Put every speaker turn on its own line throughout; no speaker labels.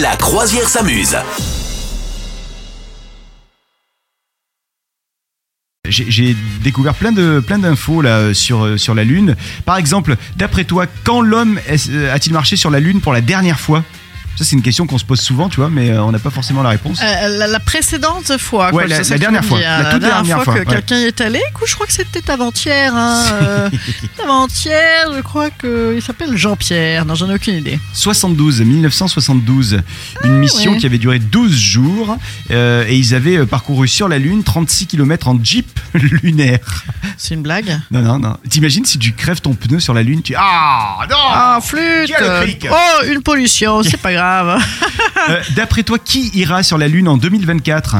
La croisière s'amuse.
J'ai j'ai découvert plein de plein d'infos là euh, sur euh, sur la Lune. Par exemple, d'après toi, quand l'homme est- euh, a-t-il marché sur la Lune pour la dernière fois Ça, c'est une question qu'on se pose souvent, tu vois, mais euh, on n'a pas forcément la réponse.
Euh, la, la précédente fois.
Ouais,
quoi,
la-
c'est ça
la
que tu
dernière
me
fois,
dis, hein,
la toute
dernière
dernière
fois
fois,
que
ouais.
quelqu'un y est allé. Écoute, je crois que c'était avant-hier. hein, euh, avant-hier, je crois qu'il s'appelle Jean-Pierre. Non, j'en ai aucune idée.
72, 1972, une mission
Ah ouais.
qui avait duré 12 jours euh, et ils avaient euh, parcouru sur la Lune 36 km en jeep lunaire.
C'est une blague.
Non, non, non. T'imagines si tu crèves ton pneu sur la Lune, tu ah non.
Ah, flûte
quel cric
Oh, une pollution, c'est pas grave.
Euh, D'après toi, qui ira sur la Lune en 2024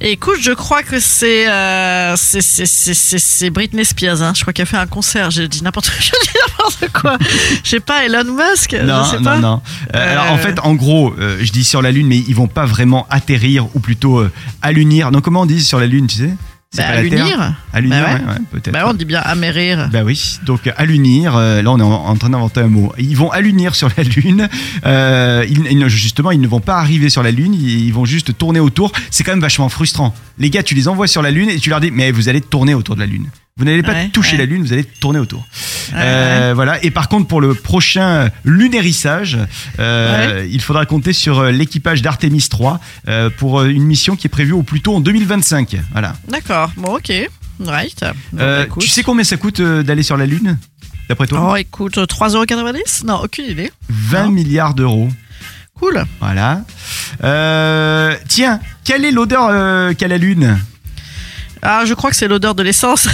Écoute, je crois que c'est euh, c'est- c'est- c'est- c'est- c'est Britney Spears. hein. Je crois qu'elle a fait un concert. J'ai dit n'importe quoi. J'ai dit n'importe quoi. Je sais pas, Elon Musk
Non,
Je sais
non,
pas.
non. Euh,
Euh,
Alors en fait, en gros, euh, je dis sur la Lune, mais ils vont pas vraiment atterrir ou plutôt euh, allunir. Non, comment on dit sur la Lune, tu sais C'est
Bah,
pas la Terre
l'unir.
Allunir,
Bah ouais.
ouais, ouais, peut-être.
Bah, on dit bien amérir.
Bah oui, donc euh, à l'unir, euh, là on est en, en train d'inventer un mot. Ils vont à l'unir sur la Lune. Euh, ils- ils ne- justement, ils ne vont pas arriver sur la Lune, ils, ils vont juste tourner autour. C'est quand même vachement frustrant. Les gars, tu les envoies sur la Lune et tu leur dis Mais vous allez tourner autour de la Lune. Vous n'allez pas
Ouais,
toucher
ouais.
la Lune, vous allez tourner autour.
Ouais,
Euh, Voilà. Et par contre, pour le prochain lunérissage, euh, il faudra compter sur euh, l'équipage d'Artemis 3 euh, pour euh, une mission qui est prévue au plus tôt en 2025. Voilà.
D'accord, bon ok, right. Bon,
Euh,
bah, écoute.
tu sais combien ça coûte euh, d'aller sur la Lune D'après toi
Oh écoute, 3,90€ Non, aucune idée.
20
Non.
milliards d'euros.
Cool.
Voilà. Euh, tiens, quelle est l'odeur euh, qu'a la Lune
Ah, je crois que c'est l'odeur de l'essence.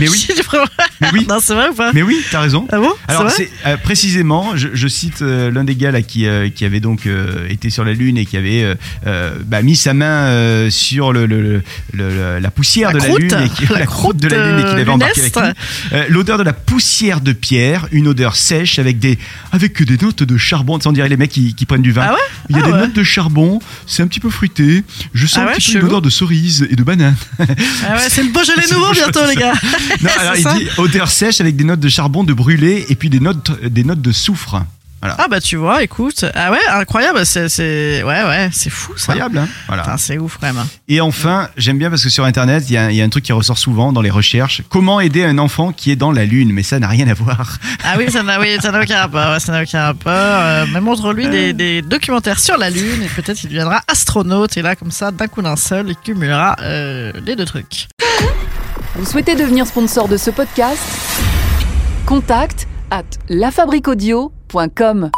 Mais Eh oui,
J'ai du problème.
mais oui,
Non, c'est vrai ou pas
mais oui, t'as raison.
Ah bon
Alors
C'est
c'est euh, précisément, je, je cite euh, l'un des gars là qui, euh, qui avait donc euh, été sur la lune et qui avait euh, euh, bah, mis sa main euh, sur le, le- le- le- la poussière de
La croûte.
la lune et qui,
La
croûte de la lune et qu'il avait
croûte, euh,
embarqué avec lui.
lunestre.
Euh, L'odeur de la poussière de pierre, une odeur sèche avec des avec des notes de charbon. Tu sais, on dirait les mecs qui, qui prennent du vin.
Ah ouais
Il y a
Ah
des
ouais.
notes de charbon. C'est un petit peu fruité. Je sens
Ah
un
ouais,
petit peu une
chelou.
odeur de cerise et de banane.
vrai Ah ouais, c'est le Beaujolais
C'est le
nouveau
Beaujolais,
bientôt les
c'est
gars.
Non,
C'est
alors il
ça.
dit odeur sèche avec des notes de charbon, de brûlé et puis des notes des notes de soufre.
Ah bah tu vois, écoute. Ah ouais, incroyable, c'est c'est ouais ouais, c'est fou ça.
Incroyable, hein Voilà.
Putain, c'est ouf vraiment.
Et enfin, j'aime bien parce que sur Internet, il y, a- il y a un truc qui ressort souvent dans les recherches. Comment aider un enfant qui est dans la Lune Mais ça n'a rien à voir.
Ah oui, ça n'a oui, ça n'a aucun rapport. ouais, Ça n'a aucun rapport. Euh, mais montre-lui des, des documentaires sur la Lune et peut-être il deviendra astronaute. Et là, comme ça, d'un coup d'un seul, il cumulera euh, les deux trucs.
Vous souhaitez devenir sponsor de ce podcast Contact à lafabriquaudio.com.